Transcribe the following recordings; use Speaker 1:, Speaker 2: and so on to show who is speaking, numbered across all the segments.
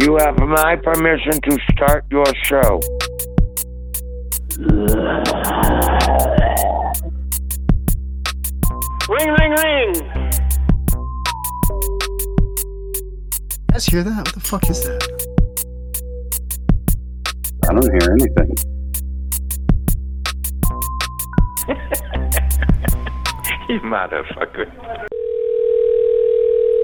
Speaker 1: You have my permission to start your show.
Speaker 2: Ring, ring, ring.
Speaker 3: You guys hear that? What the fuck is that?
Speaker 4: I don't hear anything.
Speaker 1: You motherfucker.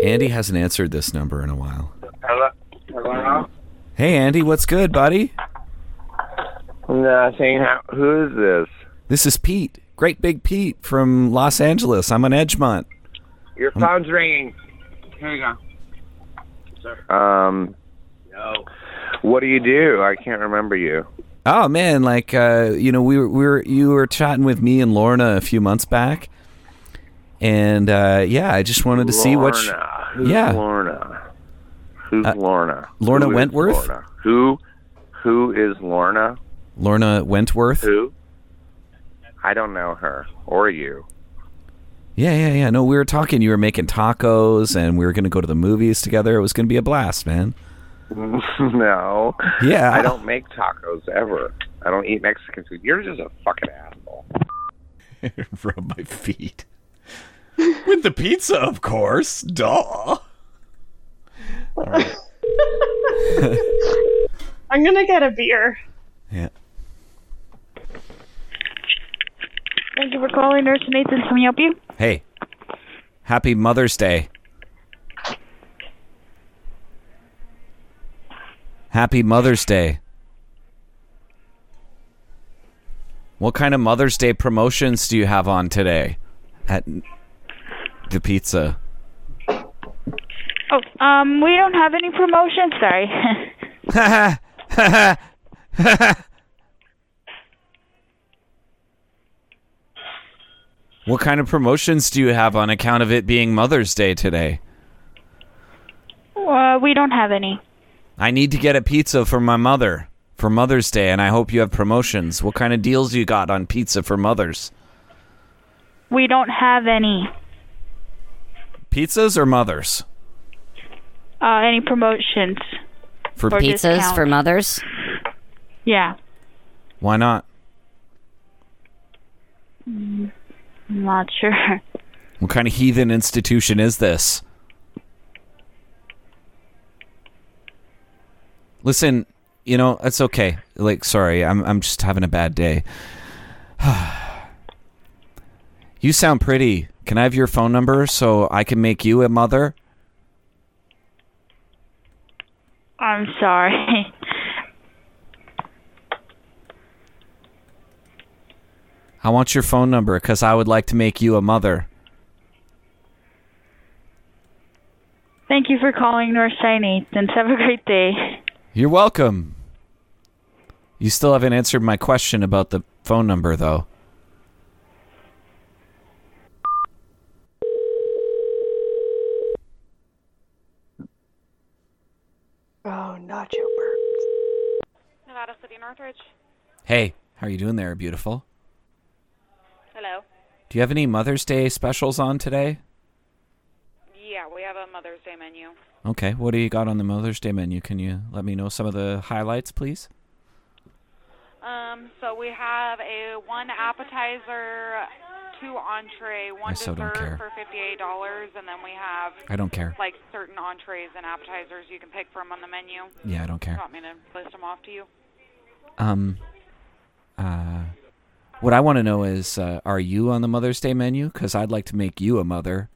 Speaker 5: Andy hasn't answered this number in a while.
Speaker 2: Hello. Hello.
Speaker 5: Hey, Andy, what's good, buddy?
Speaker 1: Nothing. How, who is this?
Speaker 5: This is Pete, Great Big Pete from Los Angeles. I'm on Edgemont.
Speaker 2: Your
Speaker 1: Hmm?
Speaker 2: phone's ringing. Here you go.
Speaker 1: Um,
Speaker 2: No.
Speaker 1: what do you do? I can't remember you.
Speaker 5: Oh man, like uh, you know, we were, we were you were chatting with me and Lorna a few months back, and uh, yeah, I just wanted to see what sh-
Speaker 1: Lorna. Who's
Speaker 5: Yeah.
Speaker 1: Lorna? Who's
Speaker 5: Uh,
Speaker 1: Lorna?
Speaker 5: Lorna
Speaker 1: Who is
Speaker 5: Wentworth?
Speaker 1: Lorna? Who? Who is Lorna?
Speaker 5: Lorna Wentworth.
Speaker 1: Who? I don't know her or you.
Speaker 5: Yeah, yeah, yeah. No, we were talking. You were making tacos, and we were going to go to the movies together. It was going to be a blast, man.
Speaker 1: no.
Speaker 5: Yeah.
Speaker 1: I don't make tacos ever. I don't eat Mexican food. You're just a fucking asshole.
Speaker 6: Rub my feet. With the pizza, of course. Duh.
Speaker 7: I'm gonna get a beer.
Speaker 5: Yeah.
Speaker 8: Thank you for calling Nurse Nathan. Can we help you?
Speaker 5: Hey, happy Mother's Day. Happy Mother's Day. What kind of Mother's Day promotions do you have on today at the pizza?
Speaker 8: Oh, um, we don't have any promotions. Sorry.
Speaker 5: What kind of promotions do you have on account of it being Mother's Day today?
Speaker 8: uh, we don't have any.
Speaker 5: I need to get a pizza for my mother for Mother's Day, and I hope you have promotions. What kind of deals you got on pizza for mothers?
Speaker 8: We don't have any.
Speaker 5: Pizzas or mothers?
Speaker 8: Uh, any promotions?
Speaker 5: For pi-
Speaker 8: Or
Speaker 9: Pizzas
Speaker 8: discount.
Speaker 9: for mothers?
Speaker 8: Yeah.
Speaker 5: why not?
Speaker 8: I'm not sure.
Speaker 5: What kind of heathen institution is this? Listen, you know it's okay. Like, sorry, I'm I'm just having a bad day. you sound pretty. Can I have your phone number so I can make you a mother?
Speaker 8: I'm sorry.
Speaker 5: I want your phone number because I would like to make you a mother.
Speaker 8: Thank you for calling Northside Nathan. Have a great day.
Speaker 5: You're welcome. You still haven't answered my question about the phone number, though.
Speaker 10: Oh, not your burps.
Speaker 11: Nevada City, Northridge.
Speaker 5: Hey, how are you doing there, beautiful?
Speaker 11: Hello.
Speaker 5: Do you have any Mother's Day specials on today?
Speaker 11: Yeah, we have a Mother's Day menu.
Speaker 5: Okay, what do you got on the Mother's Day menu? Can you let me know some of the highlights, please?
Speaker 11: Um, so we have a one appetizer, two entree, one
Speaker 5: I so don't
Speaker 11: dessert
Speaker 5: care.
Speaker 11: for fifty-eight dollars, and then we have
Speaker 5: I don't care.
Speaker 11: like certain entrees and appetizers you can pick from on the menu.
Speaker 5: Yeah, I don't care.
Speaker 11: Want me to list them off to you?
Speaker 5: Um, uh, what I want to know is, uh, are you on the Mother's Day menu? Because I'd like to make you a mother.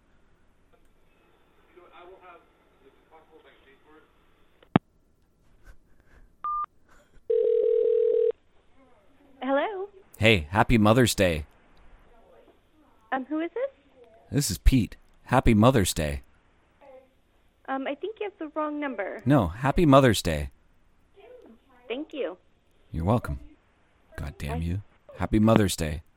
Speaker 12: Hello.
Speaker 5: Hey, happy Mother's Day.
Speaker 12: Um, who is this?
Speaker 5: This is Pete. Happy Mother's Day.
Speaker 12: Um, I think you have the wrong number.
Speaker 5: No, happy Mother's Day.
Speaker 12: Thank you.
Speaker 5: You're welcome. God damn you. Happy Mother's Day.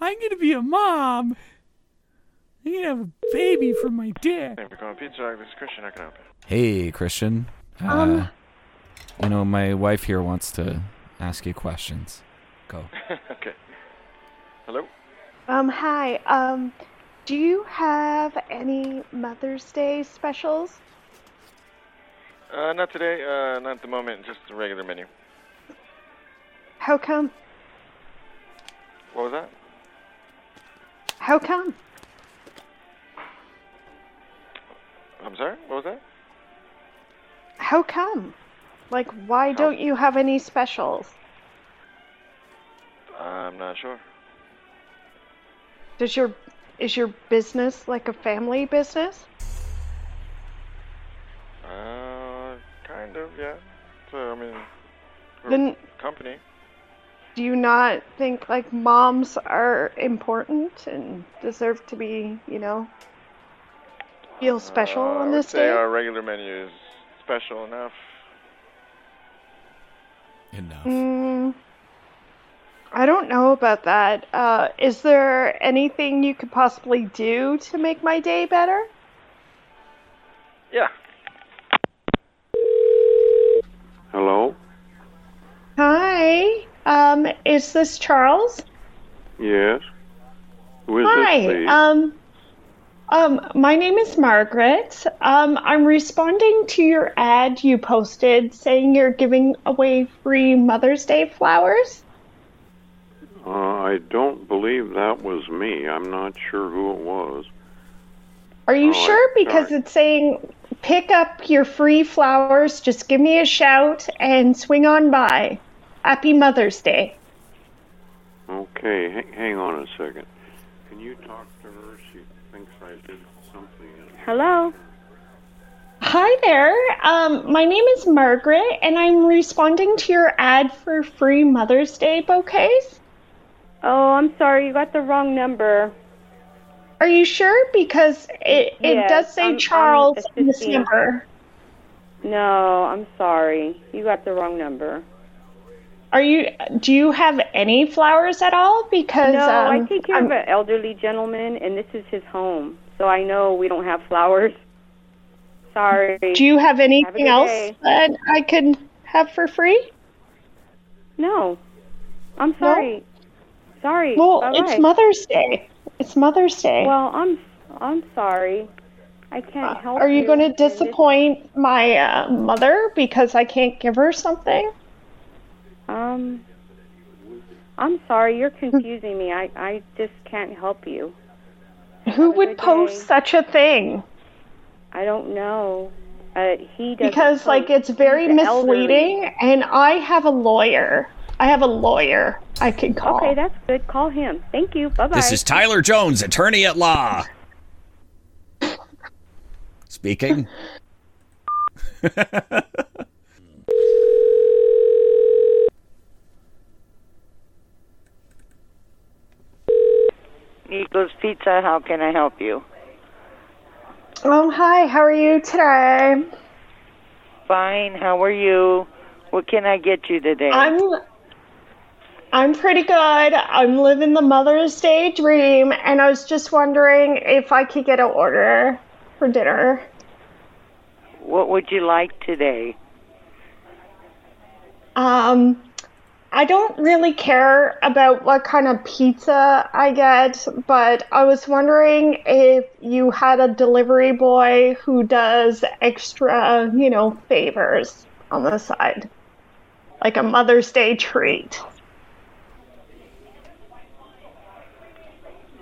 Speaker 5: I'm gonna be a mom. I'm gonna have a baby from my dick.
Speaker 13: Thank you for calling Pizza Dog. This is Christian. I can help you.
Speaker 5: Hey, Christian.
Speaker 13: Um.
Speaker 5: Uh, you know, my wife here wants to ask you questions. Go.
Speaker 13: okay. Hello.
Speaker 10: Um, hi. Um, Do you have any Mother's Day specials?
Speaker 13: Uh, not today. Uh, not at the moment. Just the regular menu.
Speaker 10: How come?
Speaker 13: What was that?
Speaker 10: How come?
Speaker 13: I'm sorry. What was that?
Speaker 10: How come? Like, why don't you have any specials?
Speaker 13: I'm not sure.
Speaker 10: Does your is your business like a family business?
Speaker 13: Uh, kind of. Yeah. So I mean, we're
Speaker 10: Then-
Speaker 13: a company.
Speaker 10: Do you not think like moms are important and deserve to be, you know, feel special
Speaker 13: Uh,
Speaker 10: on
Speaker 13: I would
Speaker 10: this
Speaker 13: say
Speaker 10: day?
Speaker 13: our regular menu is special enough.
Speaker 5: Enough.
Speaker 10: Mm, I don't know about that. Uh, is there anything you could possibly do to make my day better?
Speaker 13: Yeah.
Speaker 4: Hello?
Speaker 10: Hi, um, is this Charles?
Speaker 4: Yes? Who is
Speaker 10: Hi,
Speaker 4: this, please?
Speaker 10: um, um, my name is Margaret. Um, I'm responding to your ad you posted saying you're giving away free Mother's Day flowers.
Speaker 4: Uh, I don't believe that was me. I'm not sure who it was.
Speaker 10: Are you
Speaker 4: Oh,
Speaker 10: sure?
Speaker 4: I'm
Speaker 10: Because
Speaker 4: sorry.
Speaker 10: it's saying pick up your free flowers, just give me a shout and swing on by. Happy Mother's Day.
Speaker 4: Okay, h- hang on a second. Can you talk to her? She thinks I did something.
Speaker 10: Hello. Hi there. Um, my name is Margaret, and I'm responding to your ad for free Mother's Day bouquets.
Speaker 12: Oh, I'm sorry. You got the wrong number.
Speaker 10: Are you sure? Because it, it
Speaker 12: Yes,
Speaker 10: does say
Speaker 12: I'm- I'm with
Speaker 10: Charles
Speaker 12: the
Speaker 10: in this
Speaker 12: 15.
Speaker 10: number.
Speaker 12: No, I'm sorry. You got the wrong number.
Speaker 10: Are you? Do you have any flowers at all? Because
Speaker 12: no,
Speaker 10: um,
Speaker 12: I take care of
Speaker 10: I'm-
Speaker 12: an elderly gentleman, and this is his home. So I know we don't have flowers. Sorry.
Speaker 10: Do you have
Speaker 12: a good
Speaker 10: anything else
Speaker 12: day.
Speaker 10: that I could have for free?
Speaker 12: No. I'm sorry. Sorry.
Speaker 10: Well,
Speaker 12: Bye-bye.
Speaker 10: it's Mother's Day. It's Mother's Day.
Speaker 12: Well, I'm I'm sorry. I can't help
Speaker 10: Uh, Are you
Speaker 12: you
Speaker 10: going to
Speaker 12: in this-
Speaker 10: disappoint my uh, mother because I can't give her something?
Speaker 12: Um, I'm sorry. You're confusing me. I I just can't help you.
Speaker 10: Who would post such a thing?
Speaker 12: I don't know. Uh, he doesn't
Speaker 10: Because like it's
Speaker 12: post.
Speaker 10: very
Speaker 12: He's
Speaker 10: misleading, and I have a lawyer. I have a lawyer I can call.
Speaker 12: Okay, that's good. Call him. Thank you. Bye bye.
Speaker 9: This is Tyler Jones, attorney at law. Speaking.
Speaker 14: Eagles Pizza, how can I help you?
Speaker 10: Oh hi, how are you today?
Speaker 14: Fine, how are you? What can I get you today?
Speaker 10: I'm I'm pretty good. I'm living the Mother's Day dream, and I was just wondering if I could get an order for dinner.
Speaker 14: what would you like today?
Speaker 10: Um, I don't really care about what kind of pizza I get, but I was wondering if you had a delivery boy who does extra, you know, favors on the side, like a Mother's Day treat.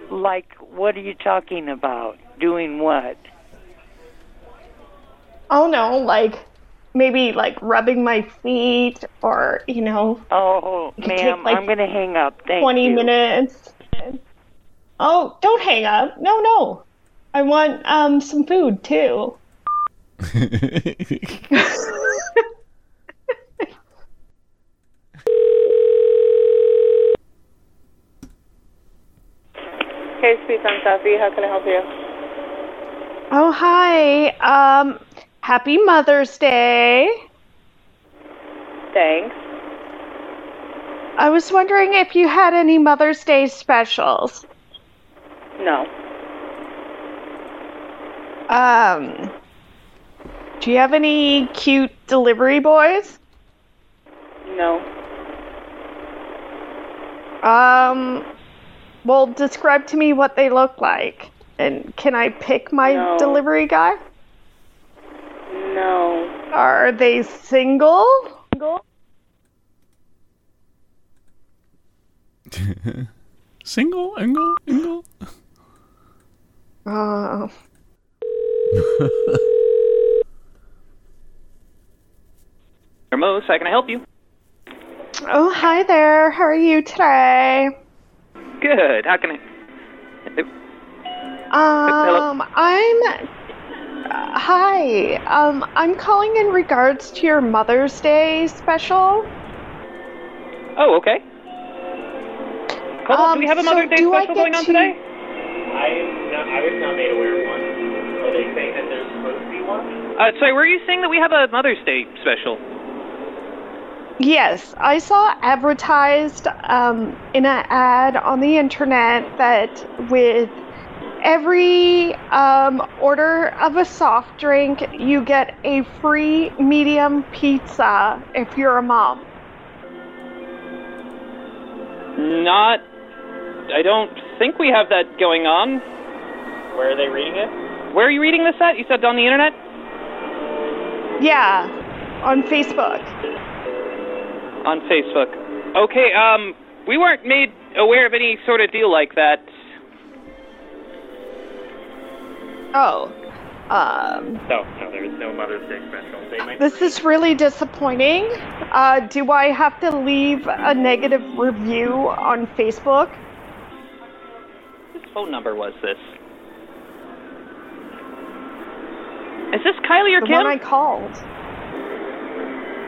Speaker 14: Like, what are you talking about? Doing what?
Speaker 10: Oh no, like maybe like rubbing my feet or, you know,
Speaker 14: Oh,
Speaker 10: You can take,
Speaker 14: ma'am,
Speaker 10: like,
Speaker 14: I'm going to hang up. Thank
Speaker 10: 20
Speaker 14: you.
Speaker 10: minutes. Oh, don't hang up. No, no. I want um some food too.
Speaker 15: Case Speed Time Southie, how can I help you?
Speaker 10: Oh, hi. Um, happy Mother's Day.
Speaker 15: Thanks.
Speaker 10: I was wondering if you had any Mother's Day specials.
Speaker 15: No.
Speaker 10: Um, do you have any cute delivery boys?
Speaker 15: No.
Speaker 10: Um, well, describe to me what they look like. And can I pick my
Speaker 15: No.
Speaker 10: delivery guy?
Speaker 15: No.
Speaker 10: Are they single?
Speaker 6: Single, angle, angle.
Speaker 10: Oh.
Speaker 16: Hermos, how can I help you?
Speaker 10: Oh, hi there. How are you today?
Speaker 16: Good. How can I?
Speaker 10: Um, I'm. uh, hi. Um, I'm calling in regards to your Mother's Day special.
Speaker 16: Oh, okay. Hold on,
Speaker 10: Um,
Speaker 16: do we have a
Speaker 10: so
Speaker 16: Mother's Day
Speaker 10: do I
Speaker 16: special
Speaker 10: get
Speaker 16: going on
Speaker 10: to-
Speaker 16: today?
Speaker 17: I am not, I was not made aware of one. Are they saying that there's supposed to be one?
Speaker 16: Uh, sorry, were you saying that we have a Mother's Day special?
Speaker 10: Yes, I saw advertised um, in an ad on the internet that with every um, order of a soft drink, you get a free medium pizza if you're a mom.
Speaker 16: Not. I don't think we have that going on.
Speaker 17: Where are they reading it?
Speaker 16: Where are you reading this at? You said on the internet?
Speaker 10: Yeah, on Facebook.
Speaker 16: On Facebook. Okay, um, we weren't made aware of any sort of deal like that.
Speaker 10: Oh, um,
Speaker 17: No, no, there is no Mother's Day special. They might
Speaker 10: this is really disappointing. Uh, do I have to leave a negative review on Facebook?
Speaker 16: Whose phone number was this? Is this Kylie or
Speaker 10: the
Speaker 16: Kim?
Speaker 10: one I called.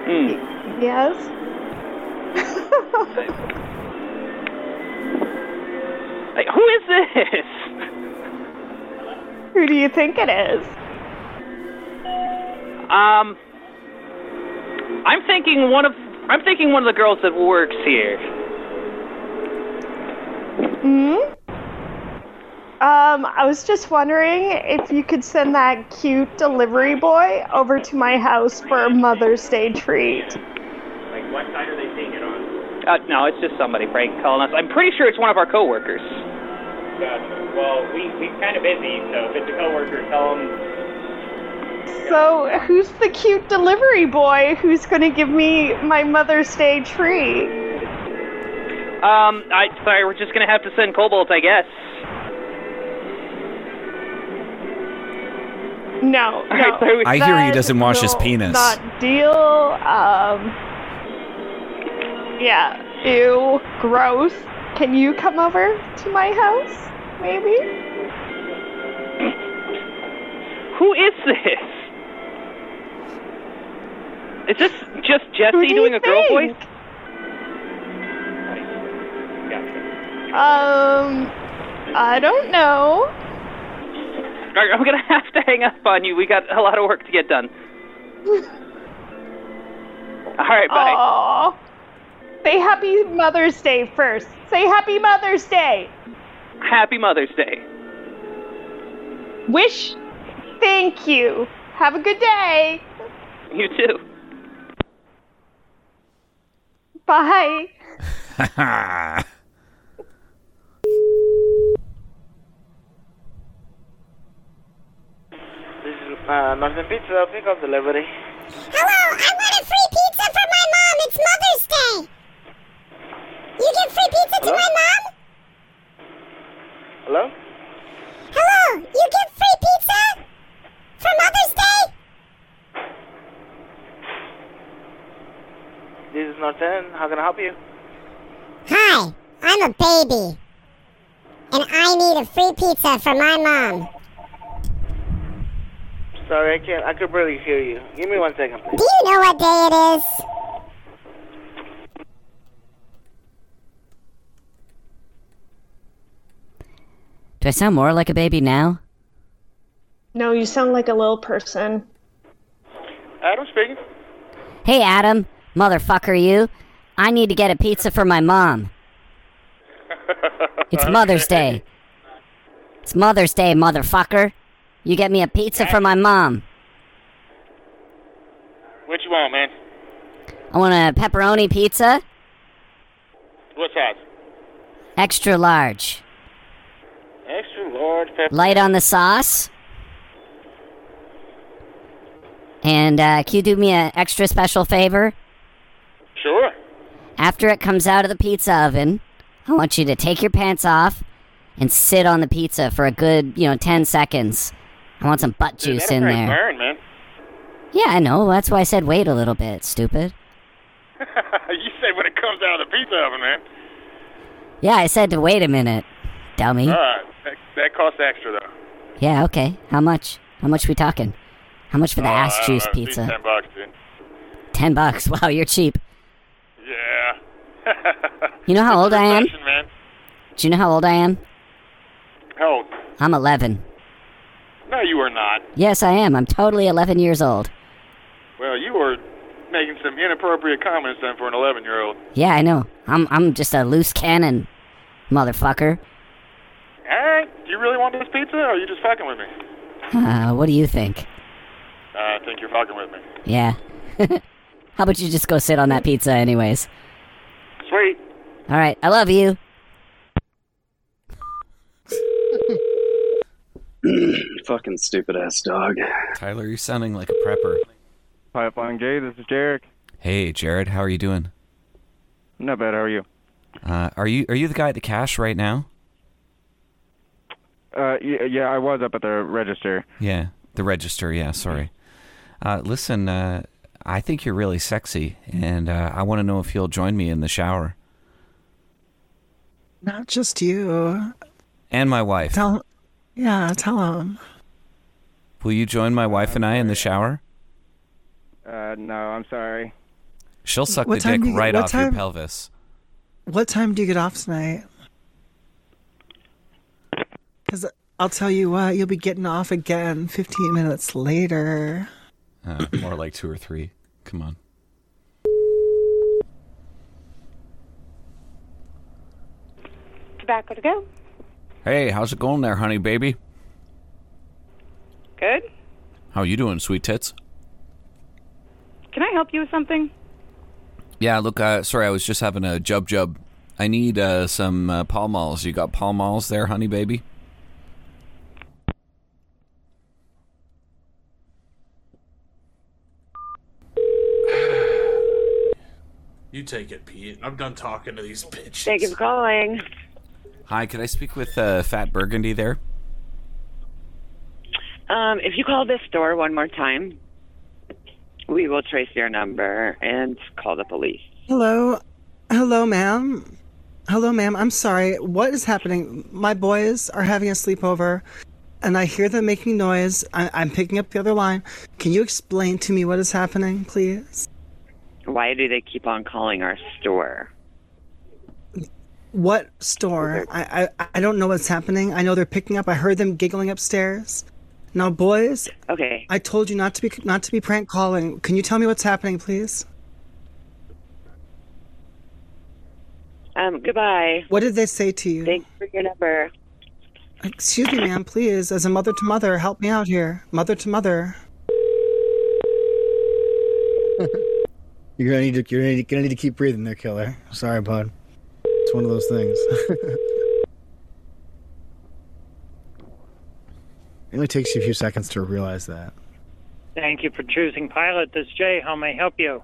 Speaker 16: Hmm.
Speaker 10: Yes.
Speaker 16: Like, who is this?
Speaker 10: Who do you think it is?
Speaker 16: Um, I'm thinking one of I'm thinking one of the girls that works here.
Speaker 10: Hmm. Um, I was just wondering if you could send that cute delivery boy over to my house for a Mother's Day treat.
Speaker 17: Like, what side are they seeing it on?
Speaker 16: Uh, no, it's just somebody prank calling us. I'm pretty sure it's one of our coworkers.
Speaker 17: Gotcha. Well, we, we're kind of busy, so if it's a coworker, tell them.
Speaker 10: So, who's the cute delivery boy who's going to give me my Mother's Day treat?
Speaker 16: Um, I sorry, we're just gonna have to send Cobalt, I guess.
Speaker 10: No, no.
Speaker 9: I hear he
Speaker 10: that
Speaker 9: doesn't wash his
Speaker 10: will
Speaker 9: penis.
Speaker 10: Not deal. Um. Yeah. Ew. Gross. Can you come over to my house, maybe?
Speaker 16: Who is this? Is this just
Speaker 10: Who
Speaker 16: Jesse
Speaker 10: do you
Speaker 16: doing a girl
Speaker 10: think?
Speaker 16: voice?
Speaker 10: Um. I don't know.
Speaker 16: Alright, I'm gonna have to hang up on you. We got a lot of work to get done. All right, bye.
Speaker 10: Aw. Say Happy Mother's Day first. Say Happy Mother's Day.
Speaker 16: Happy Mother's Day.
Speaker 10: Wish. Thank you. Have a good day.
Speaker 16: You too.
Speaker 10: Bye.
Speaker 13: This is uh, Northern Pizza. Pick up delivery.
Speaker 18: Hello, I want a free pizza for my mom. It's Mother's Day. You give free pizza to my mom?
Speaker 13: Hello?
Speaker 18: Hello, you give free pizza for Mother's Day?
Speaker 13: This is Northern. How can I help you?
Speaker 18: Hi, I'm a baby. And I need a free pizza for my mom.
Speaker 13: Sorry, I can't. I could barely hear you. Give me one second, please.
Speaker 18: Do you know what day it is?
Speaker 19: Do I sound more like a baby now?
Speaker 10: No, you sound like a little person.
Speaker 13: Adam speaking.
Speaker 19: Hey, Adam, motherfucker, you. I need to get a pizza for my mom. It's Mother's Day. It's Mother's Day, motherfucker. You get me a pizza for my mom.
Speaker 13: What you want, man?
Speaker 19: I want a pepperoni pizza,
Speaker 13: What size?
Speaker 19: extra large.
Speaker 17: Extra large pepper.
Speaker 19: Light on the sauce. And uh, can you do me an extra special favor?
Speaker 17: Sure.
Speaker 19: After it comes out of the pizza oven, I want you to take your pants off and sit on the pizza for a good, you know, 10 seconds. I want some butt
Speaker 17: Dude,
Speaker 19: juice
Speaker 17: that's
Speaker 19: in
Speaker 17: pretty
Speaker 19: there.
Speaker 17: burn, man.
Speaker 19: Yeah, I know. That's why I said wait a little bit, stupid.
Speaker 17: you said when it comes out of the pizza oven, man.
Speaker 19: Yeah, I said to wait a minute, dummy.
Speaker 17: All right. That, that costs extra, though.
Speaker 19: Yeah, okay. How much? How much we talking? How much for the
Speaker 17: Oh,
Speaker 19: ass
Speaker 17: I don't
Speaker 19: juice
Speaker 17: know, at least
Speaker 19: pizza?
Speaker 17: Ten bucks, dude.
Speaker 19: Ten bucks. Wow, you're cheap.
Speaker 17: Yeah.
Speaker 19: You know how old I am?
Speaker 17: Listen, man.
Speaker 19: Do you know how old I am?
Speaker 17: How old?
Speaker 19: I'm 11.
Speaker 17: No, you are not.
Speaker 19: Yes, I am. I'm totally 11 years old.
Speaker 17: Well, you were making some inappropriate comments then for an 11 year old.
Speaker 19: Yeah, I know. I'm I'm just a loose cannon, motherfucker.
Speaker 17: Hey, Eh? do you really want this pizza, or are you just fucking with me?
Speaker 19: Uh, what do you think?
Speaker 17: I think you're fucking with me.
Speaker 19: Yeah. how about you just go sit on that pizza, anyways?
Speaker 17: Sweet.
Speaker 19: All right. I love you.
Speaker 20: Fucking stupid ass dog.
Speaker 5: Tyler, you're sounding like a prepper.
Speaker 21: Pipeline Gay, this is Jarek.
Speaker 5: Hey, Jared, how are you doing?
Speaker 21: Not bad, how are you?
Speaker 5: Uh, are you are you the guy at the cash right now?
Speaker 21: Uh, yeah, yeah, I was up at the register.
Speaker 5: Yeah, the register. Yeah, sorry. Uh, listen, uh, I think you're really sexy, and uh, I want to know if you'll join me in the shower
Speaker 3: Not just you.
Speaker 5: and my wife.
Speaker 3: Tell, yeah, tell him.
Speaker 5: Will you join my wife and I in the shower?
Speaker 21: Uh, no, I'm sorry.
Speaker 5: She'll suck
Speaker 3: What
Speaker 5: the
Speaker 3: time
Speaker 5: dick
Speaker 3: do you-
Speaker 5: right
Speaker 3: what
Speaker 5: off your
Speaker 3: time-
Speaker 5: pelvis.
Speaker 3: What time do you get off tonight? Because I'll tell you what, you'll be getting off again 15 minutes later.
Speaker 5: Uh, more like two or three. Come on.
Speaker 22: Tobacco to go.
Speaker 5: Hey, how's it going there, honey baby?
Speaker 22: Good.
Speaker 5: How you doing, sweet tits?
Speaker 22: Can I help you with something?
Speaker 5: Yeah, look, uh, sorry, I was just having a jub jub. I need uh, some uh, Pall Malls. You got Pall Malls there, honey baby?
Speaker 23: You take it, Pete. I'm done talking to these bitches.
Speaker 24: Thank you for calling.
Speaker 5: Hi, could I speak with uh, Fat Burgundy there?
Speaker 24: Um, if you call this store one more time, we will trace your number and call the police.
Speaker 3: Hello. Hello, ma'am. Hello, ma'am. I'm sorry. What is happening? My boys are having a sleepover, and I hear them making noise. I- I'm picking up the other line. Can you explain to me what is happening, please?
Speaker 24: Why do they keep on calling our store?
Speaker 3: What store? I, I I don't know what's happening. I know they're picking up. I heard them giggling upstairs. Now, boys.
Speaker 24: Okay.
Speaker 3: I told you not to be not to be prank calling. Can you tell me what's happening, please?
Speaker 24: Um, goodbye.
Speaker 3: What did they say to you?
Speaker 24: Thanks for your number.
Speaker 3: Excuse me, ma'am. Please, as a mother to mother, help me out here. Mother to mother.
Speaker 25: You're gonna need to you're gonna need, gonna need to keep breathing there, killer. Sorry, bud. It's one of those things. it only takes you a few seconds to realize that.
Speaker 26: Thank you for choosing Pilot. This is Jay. How may I help you?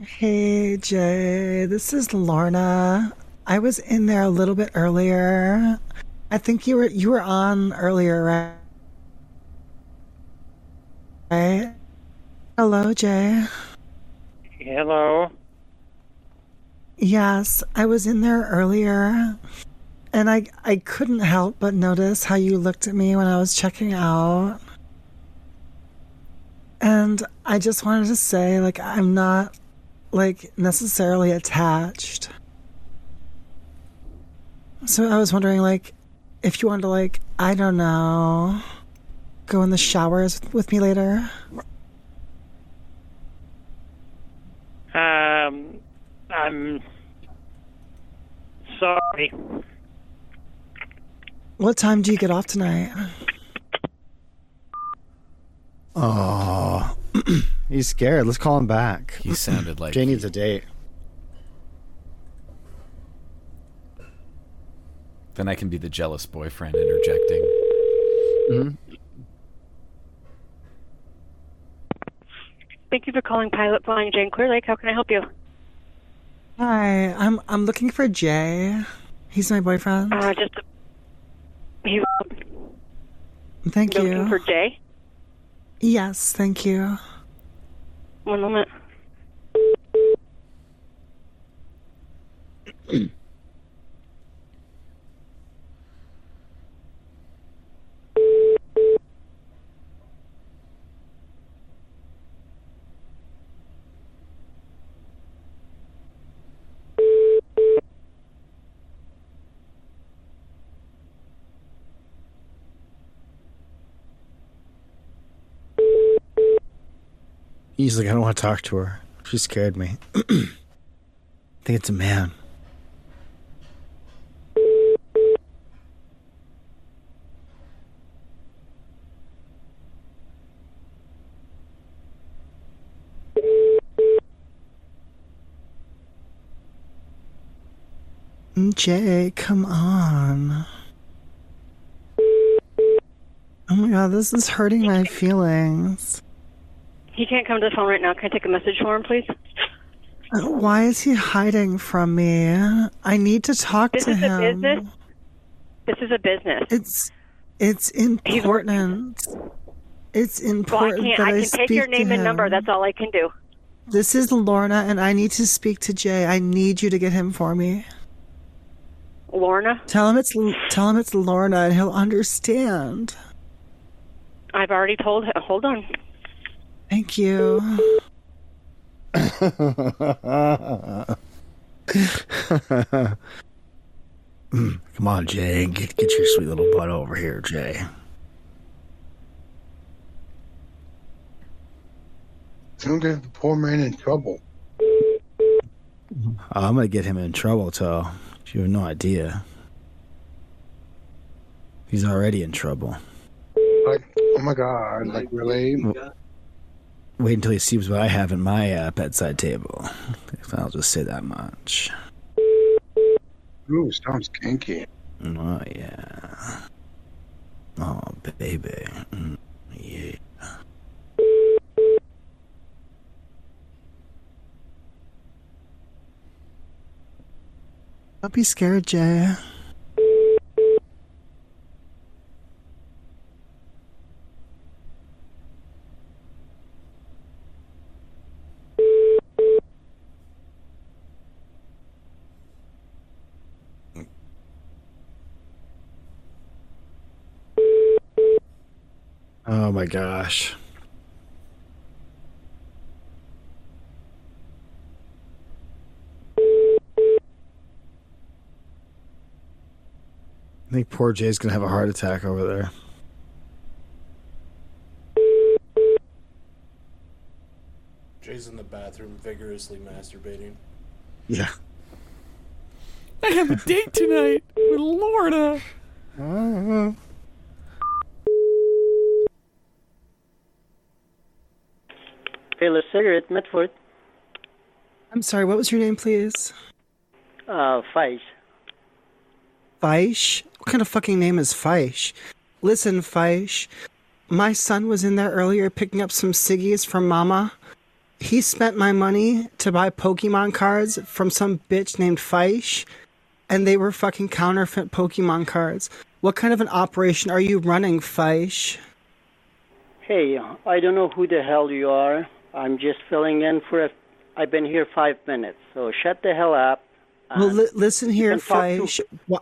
Speaker 3: Hey, Jay. This is Lorna. I was in there a little bit earlier. I think you were you were on earlier, right? Right. Hello, Jay.
Speaker 26: Hello.
Speaker 3: Yes, I was in there earlier. And I I couldn't help but notice how you looked at me when I was checking out. And I just wanted to say like I'm not like necessarily attached. So I was wondering like if you wanted to like I don't know go in the showers with me later.
Speaker 26: Um, I'm sorry.
Speaker 3: What time do you get off tonight?
Speaker 25: Oh, he's scared. Let's call him back.
Speaker 5: He sounded like
Speaker 25: Jay needs a date.
Speaker 5: Then I can be the jealous boyfriend interjecting.
Speaker 27: Thank you for calling Pilot Flying Jane Clear Lake. How can I help you?
Speaker 6: Hi, I'm I'm looking for Jay. He's my boyfriend.
Speaker 27: Uh, just he's
Speaker 6: thank
Speaker 27: looking
Speaker 6: you.
Speaker 27: for Jay.
Speaker 6: yes, thank you.
Speaker 27: One moment.
Speaker 25: He's like, I don't want to talk to her. She scared me. I think it's a man. Jay, come on. Oh my god, this is hurting my feelings.
Speaker 27: He can't come to the phone right now. Can I take a message for him, please?
Speaker 6: Uh, Why is he hiding from me? I need to talk
Speaker 27: This
Speaker 6: to
Speaker 27: is a
Speaker 6: him.
Speaker 27: business. This is a business.
Speaker 6: It's it's important. It's
Speaker 27: Well, I
Speaker 6: important
Speaker 27: can't.
Speaker 6: that
Speaker 27: I
Speaker 6: I,
Speaker 27: can
Speaker 6: speak
Speaker 27: take your
Speaker 6: to
Speaker 27: name
Speaker 6: him.
Speaker 27: and number. That's all I can do.
Speaker 6: This is Lorna, and I need to speak to Jay. I need you to get him for me.
Speaker 27: Lorna,
Speaker 6: Tell him it's tell him it's Lorna, and he'll understand.
Speaker 27: I've already told. Hold on.
Speaker 6: Thank you.
Speaker 25: Mm, Come on, Jay. Get get your sweet little butt over here, Jay.
Speaker 14: Don't get the poor man in trouble.
Speaker 25: I'm gonna get him in trouble, though. You have no idea. He's already in trouble.
Speaker 14: Like, oh my god, like really?
Speaker 25: Wait until he sees what I have in my uh, bedside table. I'll just say that much.
Speaker 14: Ooh, sounds kinky.
Speaker 25: Oh yeah. Oh baby. Mm, yeah.
Speaker 6: Don't be scared, Jay.
Speaker 25: Oh my gosh. I think poor Jay's gonna have a heart attack over there.
Speaker 18: Jay's in the bathroom vigorously masturbating.
Speaker 25: Yeah.
Speaker 5: I have a date tonight with Lorna.
Speaker 4: Taylor Cigarette, Medford.
Speaker 6: I'm sorry. What was your name, please?
Speaker 4: Uh, Faiz.
Speaker 6: Feish? What kind of fucking name is Feish? Listen, Feish, my son was in there earlier picking up some ciggies from Mama. He spent my money to buy Pokemon cards from some bitch named Feish, and they were fucking counterfeit Pokemon cards. What kind of an operation are you running, Feish?
Speaker 4: Hey, I don't know who the hell you are. I'm just filling in for a. I've been here five minutes, so shut the hell up.
Speaker 6: Well, li- listen here,
Speaker 4: Uh, can talk to-
Speaker 6: Feish. Why,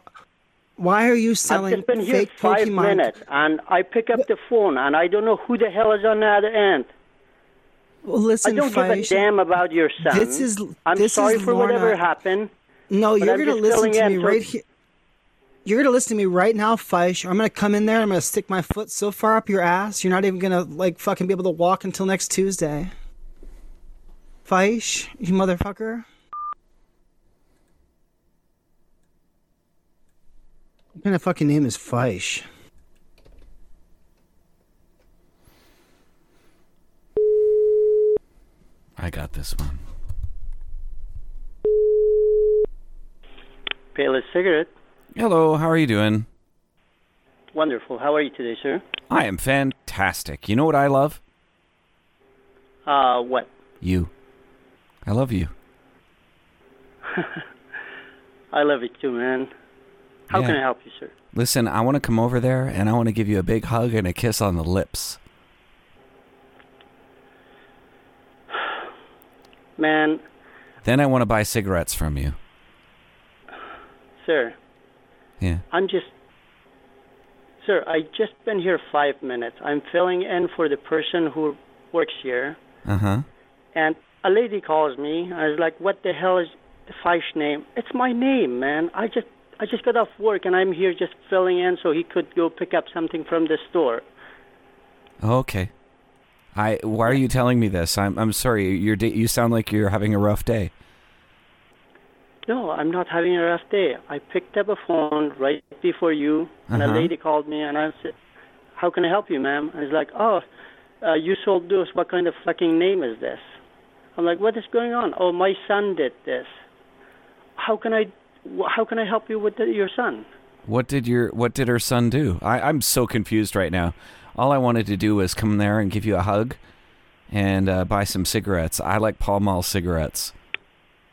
Speaker 6: why are you selling
Speaker 4: I've just been here
Speaker 6: fake
Speaker 4: five
Speaker 6: Pokemon?
Speaker 4: minutes, and I pick up the phone, and I don't know who the hell is on the other end.
Speaker 6: Well, listen,
Speaker 4: I don't
Speaker 6: Faiz,
Speaker 4: give a damn about your son.
Speaker 6: this is-
Speaker 4: I'm
Speaker 6: this
Speaker 4: sorry
Speaker 6: is
Speaker 4: for whatever
Speaker 6: Lorna.
Speaker 4: happened.
Speaker 6: No,
Speaker 4: but
Speaker 6: you're
Speaker 4: I'm
Speaker 6: gonna
Speaker 4: just
Speaker 6: listen
Speaker 4: filling
Speaker 6: to
Speaker 4: in
Speaker 6: me
Speaker 4: so-
Speaker 6: right here. You're gonna listen to me right now, Feish. or I'm gonna come in there. I'm gonna stick my foot so far up your ass, you're not even gonna like fucking be able to walk until next Tuesday. Feish, you motherfucker. What kind of fucking name is Feish?
Speaker 5: I got this one.
Speaker 4: Payless Cigarette.
Speaker 5: Hello, how are you doing?
Speaker 4: Wonderful. How are you today, sir?
Speaker 5: I am fantastic. You know what I love?
Speaker 4: Uh, what?
Speaker 5: You. I love you.
Speaker 4: I love you too, man. How
Speaker 5: Yeah.
Speaker 4: can I help you, sir?
Speaker 5: Listen, I want to come over there and I want to give you a big hug and a kiss on the lips.
Speaker 4: Man,
Speaker 5: Then I want to buy cigarettes from you.
Speaker 4: sir,
Speaker 5: Yeah.
Speaker 4: I'm just. Sir, I just been here five minutes. I'm filling in for the person who works here,
Speaker 5: Uh huh.
Speaker 4: and a lady calls me. I was like, "What the hell is the Feisch name? It's my name, man. I just I just got off work and I'm here just filling in so he could go pick up something from the store."
Speaker 5: Oh, Okay. I. Why are you telling me this? I'm. I'm sorry. You're. da- You sound like you're having a rough day.
Speaker 4: No, I'm not having a rough day. I picked up a phone right before you, and a
Speaker 5: Uh-huh.
Speaker 4: lady called me, and I said, "How can I help you, ma'am?" And it's like, "Oh, uh, you sold this. What kind of fucking name is this?" I'm like, "What is going on?" "Oh, my son did this." How can I, wh- how can I help you with the, your son?
Speaker 5: What did your What did her son do? I, I'm so confused right now. All I wanted to do was come there and give you a hug, and uh, buy some cigarettes. I like Pall Mall cigarettes.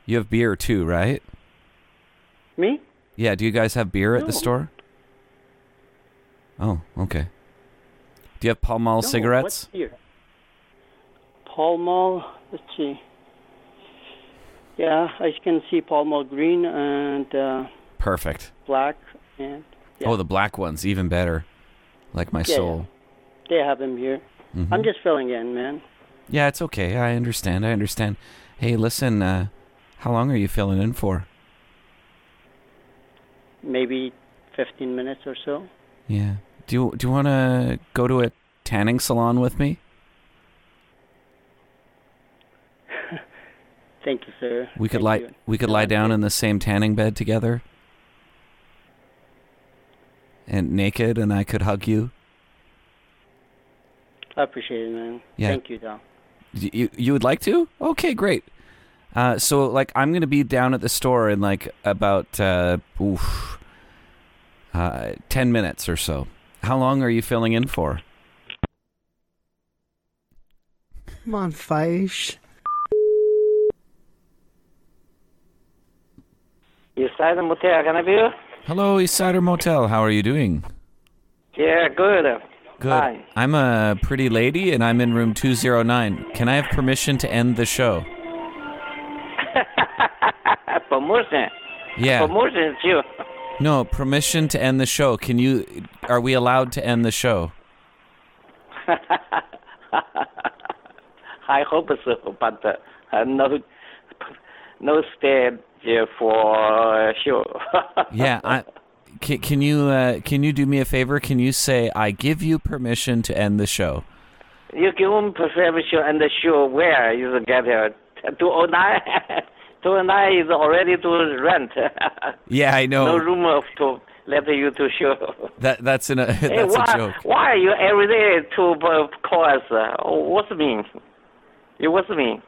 Speaker 5: You have beer too, right?
Speaker 4: Me?
Speaker 5: Yeah. Do you guys have beer at
Speaker 4: No.
Speaker 5: the store? Oh, okay. Do you have Pall Mall
Speaker 4: No,
Speaker 5: cigarettes?
Speaker 4: What's here? Pall Mall. Let's see. Yeah, I can see Pall Mall green and uh,
Speaker 5: Perfect.
Speaker 4: black, and
Speaker 5: Oh, the black ones even better. Like my
Speaker 4: Yeah, yeah.
Speaker 5: soul.
Speaker 4: they have them here.
Speaker 5: Mhm.
Speaker 4: I'm just filling in, man.
Speaker 5: Yeah, it's okay. I understand. I understand. Hey, listen, uh, how long are you filling in for?
Speaker 4: maybe 15 minutes or so.
Speaker 5: Yeah. Do you do you want to go to a tanning salon with me?
Speaker 4: Thank you, sir.
Speaker 5: We could
Speaker 4: Thank
Speaker 5: lie
Speaker 4: you.
Speaker 5: we could lie down in the same tanning bed together. And naked and I could hug you.
Speaker 4: I appreciate it, man.
Speaker 5: Yeah.
Speaker 4: Thank you, Tom.
Speaker 5: Y- You you would like to? Okay, great. Uh, so like I'm gonna be down at the store in like about uh, oof, uh, ten minutes or so. How long are you filling in for?
Speaker 3: Come on, Feish.
Speaker 7: Yes, I am Mutter. Can I be you?
Speaker 5: Hello, East Sider Motel. How are you doing?
Speaker 7: Yeah, good.
Speaker 5: Good.
Speaker 7: Hi.
Speaker 5: I'm a pretty lady, and I'm in room 209. Can I have permission to end the show?
Speaker 7: Promotion.
Speaker 5: Yeah.
Speaker 7: Promotion is you.
Speaker 5: No, permission to end the show. Can you? Are we allowed to end the show?
Speaker 7: I hope so, but uh, no, no stage for sure.
Speaker 5: Yeah. I, can, can you? Uh, can you do me a favor? Can you say I give you permission to end the show?
Speaker 7: you give them perception and show where you get it. 209, 209 is already to rent.
Speaker 5: Yeah, I
Speaker 7: no
Speaker 5: know.
Speaker 7: room of- to let you to show.
Speaker 5: That that's an, that's
Speaker 7: hey, why,
Speaker 5: a joke.
Speaker 7: Why are you every day to uh, call us? Uh, what's mean? It was mean.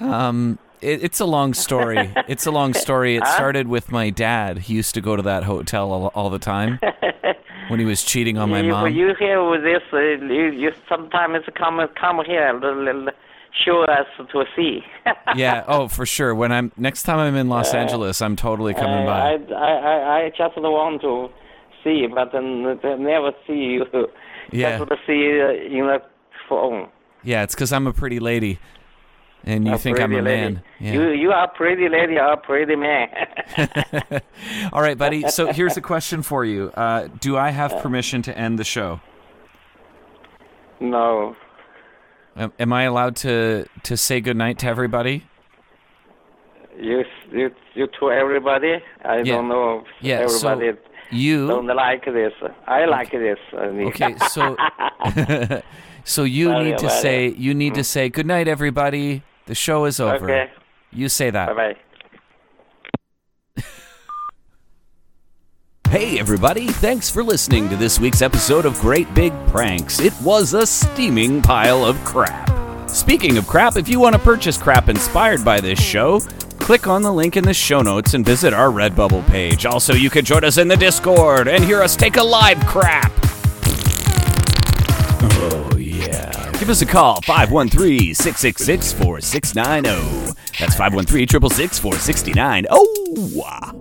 Speaker 5: Um, it, it's a long story. It's a long story. It
Speaker 7: Huh?
Speaker 5: started with my dad. He used to go to that hotel all, all the time when he was cheating on my
Speaker 7: you,
Speaker 5: mom.
Speaker 7: You here with this? Uh, you, you sometimes come come here, l- l- l- show us to see.
Speaker 5: yeah. Oh, for sure. When I'm next time I'm in Los
Speaker 7: Uh,
Speaker 5: Angeles, I'm totally coming
Speaker 7: I,
Speaker 5: by.
Speaker 7: I I I just want to see, but um, never see you.
Speaker 5: Yeah.
Speaker 7: Just to see uh, in the phone.
Speaker 5: yeah, it's because I'm a pretty lady, and you
Speaker 7: A
Speaker 5: think I'm a
Speaker 7: pretty lady.
Speaker 5: man. Yeah.
Speaker 7: You you are pretty lady, are pretty man.
Speaker 5: All right, buddy. So here's a question for you: uh, Do I have permission to end the show?
Speaker 7: no.
Speaker 5: Am, am I allowed to to say goodnight to everybody?
Speaker 7: You you you to everybody. I
Speaker 5: Yeah.
Speaker 7: don't know. if
Speaker 5: Yeah, so
Speaker 7: everybody
Speaker 5: you-
Speaker 7: don't like this. I like this. uh, I mean.
Speaker 5: Okay, so so you
Speaker 7: Sorry
Speaker 5: need to
Speaker 7: about
Speaker 5: say
Speaker 7: it. Mm.
Speaker 5: you need to say goodnight, everybody. The show is over. Uh,
Speaker 7: Okay.
Speaker 5: You say that.
Speaker 7: Bye
Speaker 9: Hey, everybody, thanks for listening to this week's episode of Great Big Pranks. It was a steaming pile of crap. Speaking of crap, if you want to purchase crap inspired by this show, Click on the link in the show notes and visit our Redbubble page. Also, you can join us in the Discord and hear us take a live crap. Oh, yeah. Give us a call, 513 666 4690. oh. That's 513 666 4690. Oh, ah.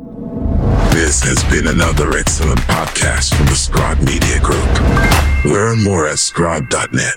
Speaker 18: This has been another excellent podcast from the Scribe Media Group. Learn more at scribe.net.